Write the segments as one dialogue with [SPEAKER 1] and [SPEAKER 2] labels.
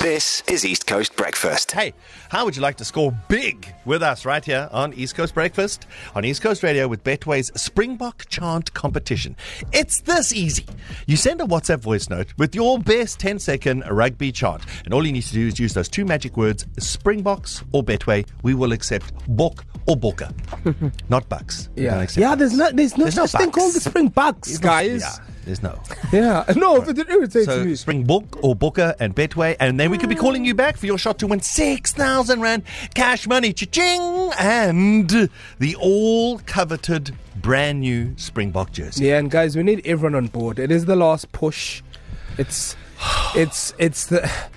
[SPEAKER 1] This is East Coast Breakfast.
[SPEAKER 2] Hey, how would you like to score big with us right here on East Coast Breakfast on East Coast Radio with Betway's Springbok Chant Competition? It's this easy. You send a WhatsApp voice note with your best 10 second rugby chant, and all you need to do is use those two magic words, Springboks or Betway. We will accept Bok or Boka, not Bucks. We don't accept
[SPEAKER 3] Yeah, there's no, there's no
[SPEAKER 2] There's no
[SPEAKER 3] such thing
[SPEAKER 2] bugs.
[SPEAKER 3] called the spring bugs, guys.
[SPEAKER 2] Yeah, there's no.
[SPEAKER 3] Yeah. No, but it irritates
[SPEAKER 2] So
[SPEAKER 3] me.
[SPEAKER 2] Springbok or Booker and Betway, and then we
[SPEAKER 3] Mm.
[SPEAKER 2] could be calling you back for your shot to win six thousand rand cash money, cha-ching, and the all coveted brand new Springbok jersey.
[SPEAKER 3] Yeah, and guys, we need everyone on board. It is the last push. It's, it's, it's the.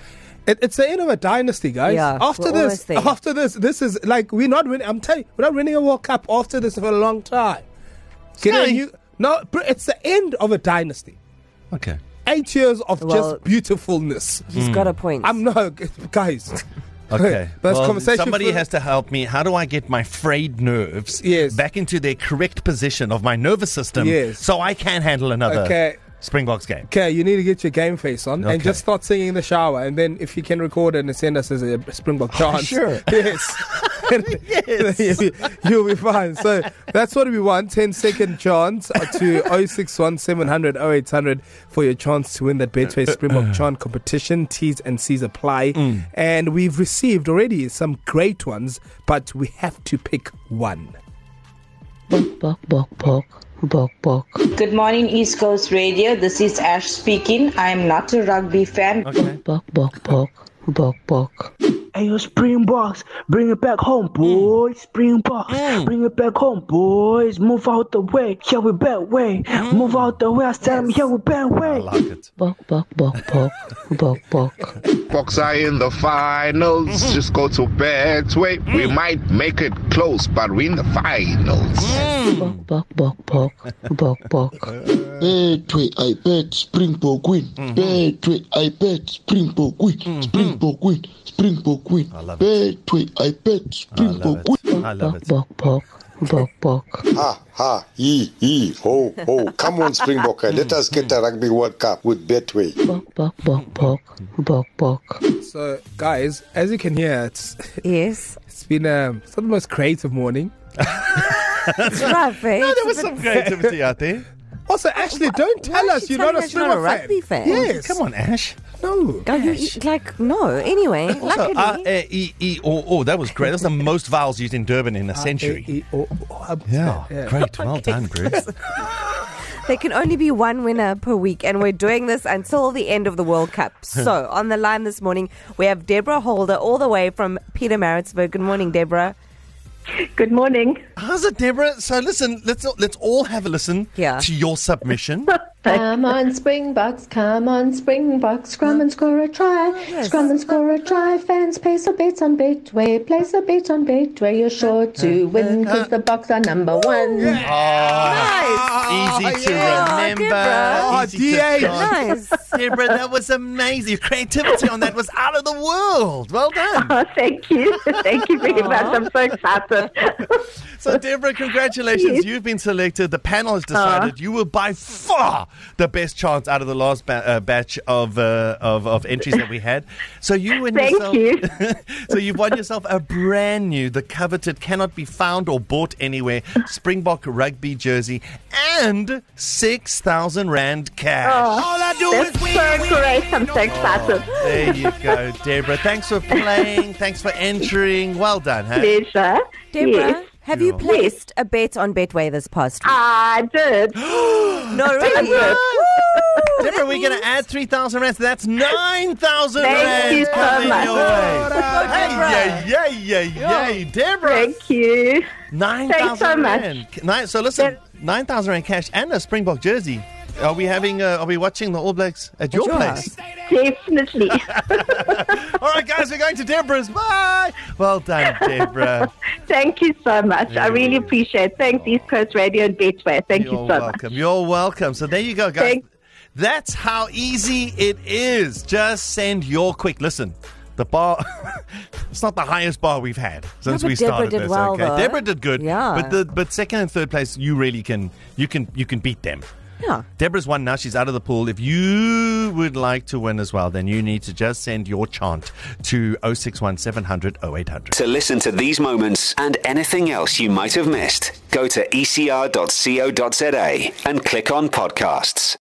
[SPEAKER 3] It, it's the end of a dynasty, guys.
[SPEAKER 4] Yeah,
[SPEAKER 3] after
[SPEAKER 4] we're
[SPEAKER 3] this,
[SPEAKER 4] almost there.
[SPEAKER 3] after this, this is like we're not winning. I'm telling you, we're not winning a World Cup after this for a long time. Can
[SPEAKER 2] Sky.
[SPEAKER 3] you? No, br- it's the end of a dynasty.
[SPEAKER 2] Okay.
[SPEAKER 3] Eight years of
[SPEAKER 4] Well-
[SPEAKER 3] just beautifulness.
[SPEAKER 4] He's got a point.
[SPEAKER 3] I'm not, guys.
[SPEAKER 2] Okay.
[SPEAKER 3] That's conversation
[SPEAKER 2] somebody
[SPEAKER 3] for-
[SPEAKER 2] has to help me. How do I get my frayed nerves
[SPEAKER 3] Yes.
[SPEAKER 2] back into their correct position of my nervous system
[SPEAKER 3] Yes.
[SPEAKER 2] so I can handle another
[SPEAKER 3] Okay.
[SPEAKER 2] Springboks game?
[SPEAKER 3] Okay, you need to get your game face on
[SPEAKER 2] Okay.
[SPEAKER 3] and just start singing in the shower, and then if you can record it and send us as a Springbok chance,
[SPEAKER 2] Oh, Sure.
[SPEAKER 3] yes, yes, you'll be fine. So that's what we want: 10 second chance to 061 700 0800 for your chance to win that Betway
[SPEAKER 2] Uh,
[SPEAKER 3] Springbok chant competition. T's and C's apply,
[SPEAKER 2] Mm.
[SPEAKER 3] and we've received already some great ones, but we have to pick one.
[SPEAKER 5] Bok, bok, bok, bok, bok.
[SPEAKER 6] Good morning, East Coast Radio. This is Ash speaking. I am not a rugby fan.
[SPEAKER 2] Okay.
[SPEAKER 5] Bok, bok, bok, bok, bok.
[SPEAKER 7] Hey, yo, Springboks, bring it back home, boys. Springboks, bring it back home, boys. Move out the way, yeah, we back way. Move out the way, I said, I'm here, we back
[SPEAKER 2] I
[SPEAKER 7] way.
[SPEAKER 2] like it.
[SPEAKER 5] Bok, bok, bok, bok, bok, bok.
[SPEAKER 8] Fox are in the finals.
[SPEAKER 2] Mm-hmm.
[SPEAKER 8] Just go to Betway. We
[SPEAKER 2] Mm.
[SPEAKER 8] might make it close, but we're in the finals.
[SPEAKER 5] Bok, bok, bok, bok, bok, bok.
[SPEAKER 9] Betway, I bet Springbok win.
[SPEAKER 2] Mm-hmm.
[SPEAKER 9] Betway, I bet Springbok win. Springbok win. Springbok win.
[SPEAKER 2] I love
[SPEAKER 9] Betway, I bet
[SPEAKER 2] I love
[SPEAKER 9] Springbok win.
[SPEAKER 2] it. I love
[SPEAKER 5] Bok,
[SPEAKER 2] it.
[SPEAKER 5] bok, bok, bok, bok.
[SPEAKER 10] Ha ha he he ho ho. Come on, Springboker, let us get a rugby World Cup with Betway.
[SPEAKER 5] Bok, bok, bok, bok, bok, bok.
[SPEAKER 3] So, guys, as you can hear, it's
[SPEAKER 4] yes.
[SPEAKER 3] it's been um, it's not the most creative morning.
[SPEAKER 4] It's rough, eh?
[SPEAKER 2] No, there was
[SPEAKER 4] It's a
[SPEAKER 2] some
[SPEAKER 4] bit-
[SPEAKER 2] creativity out there.
[SPEAKER 3] Also, Ashley, don't tell
[SPEAKER 4] why is
[SPEAKER 3] us
[SPEAKER 4] she
[SPEAKER 3] you're not a
[SPEAKER 4] telling us you're not
[SPEAKER 3] swimmer
[SPEAKER 4] a rugby fan?
[SPEAKER 3] Yes,
[SPEAKER 2] Come on, Ash.
[SPEAKER 3] no.
[SPEAKER 4] Oh, you, you- like, no. Anyway,
[SPEAKER 2] Also,
[SPEAKER 4] luckily.
[SPEAKER 2] R A E E O O. That was great. That's the most vowels used in Durban in a
[SPEAKER 4] E
[SPEAKER 2] century. Uh, Yeah, great. Well done, Bruce.
[SPEAKER 4] There can only be one winner per week, and we're doing this until the end of the World Cup. So, on the line this morning, we have Deborah Holder, all the way from Peter Maritzburg. Good morning, Deborah.
[SPEAKER 11] Good morning.
[SPEAKER 2] How's it, Deborah? So listen, let's let's all have a listen
[SPEAKER 4] Yeah.
[SPEAKER 2] to your submission.
[SPEAKER 11] Come
[SPEAKER 5] on, Springboks, come on, Springboks, scrum and score a try. Scrum and score a try. Fans place a bet on Betway. Place a bet on Betway. You're sure to win because the Boks are number one.
[SPEAKER 2] Ah, easy to
[SPEAKER 4] Oh, yeah.
[SPEAKER 2] remember.
[SPEAKER 4] Deborah.
[SPEAKER 2] easy to
[SPEAKER 3] Oh, DH.
[SPEAKER 2] chant.
[SPEAKER 4] Nice.
[SPEAKER 2] Deborah, that was amazing. Your creativity on that was out of the world. Well done.
[SPEAKER 11] Oh, thank you. thank you very much. I'm so excited.
[SPEAKER 2] So, Deborah, congratulations. You've been selected. The panel
[SPEAKER 11] Ah.
[SPEAKER 2] has decided you were by far the best chance out of the last ba- uh, batch of, uh, of of entries that we had. So you win
[SPEAKER 11] Thank
[SPEAKER 2] yourself.
[SPEAKER 11] you.
[SPEAKER 2] so you've won yourself a brand new, the coveted, cannot be found or bought anywhere Springbok rugby jersey and six thousand rand cash.
[SPEAKER 11] Ah, That's so great. I'm so excited.
[SPEAKER 2] There you go, Deborah. Thanks for playing. Thanks for entering. Well done, hey?
[SPEAKER 11] Pleasure.
[SPEAKER 4] Deborah,
[SPEAKER 11] Yes.
[SPEAKER 4] have you placed a bet on Betway this past
[SPEAKER 9] Ah,
[SPEAKER 4] week?
[SPEAKER 11] I did.
[SPEAKER 4] no, really?
[SPEAKER 11] Deborah.
[SPEAKER 4] Woo!
[SPEAKER 2] Deborah,
[SPEAKER 4] That
[SPEAKER 2] we're going
[SPEAKER 4] means-
[SPEAKER 2] to add 3,000 rands. That's 9,000
[SPEAKER 11] Thank
[SPEAKER 2] rands
[SPEAKER 11] you so
[SPEAKER 2] coming
[SPEAKER 11] much.
[SPEAKER 2] your way.
[SPEAKER 4] Deborah.
[SPEAKER 2] Hey, yay, yay, yay, yay. Deborah.
[SPEAKER 11] Thank you.
[SPEAKER 2] 9,000
[SPEAKER 11] so much.
[SPEAKER 2] rand. Nine, so listen, 9,000 rand cash and a Springbok jersey. Are we having? Uh, are we watching the All Blacks at your
[SPEAKER 4] your
[SPEAKER 2] place?
[SPEAKER 11] Definitely.
[SPEAKER 2] All right, guys, we're going to Deborah's. Bye. Well done, Deborah.
[SPEAKER 11] Thank you so much. I really appreciate it. Thanks, East Coast Radio and Betway. Thank
[SPEAKER 2] You're
[SPEAKER 11] you so much.
[SPEAKER 2] welcome. You're welcome. So there you go, guys.
[SPEAKER 11] Thank-
[SPEAKER 2] That's how easy it is. Just send your quick. Listen, the bar. it's not the highest bar we've had since
[SPEAKER 4] but
[SPEAKER 2] we
[SPEAKER 4] Deborah
[SPEAKER 2] started
[SPEAKER 4] did
[SPEAKER 2] this.
[SPEAKER 4] well,
[SPEAKER 2] okay,
[SPEAKER 4] though.
[SPEAKER 2] Deborah did good.
[SPEAKER 4] Yeah.
[SPEAKER 2] but the but second and third place, you really can you can you can beat them.
[SPEAKER 4] Yeah.
[SPEAKER 2] Deborah's won now. She's out of the pool. If you would like to win as well, then you need to just send your chant to 061 700 0800.
[SPEAKER 1] To listen to these moments and anything else you E might have missed, go to ecr.co.za and click on podcasts.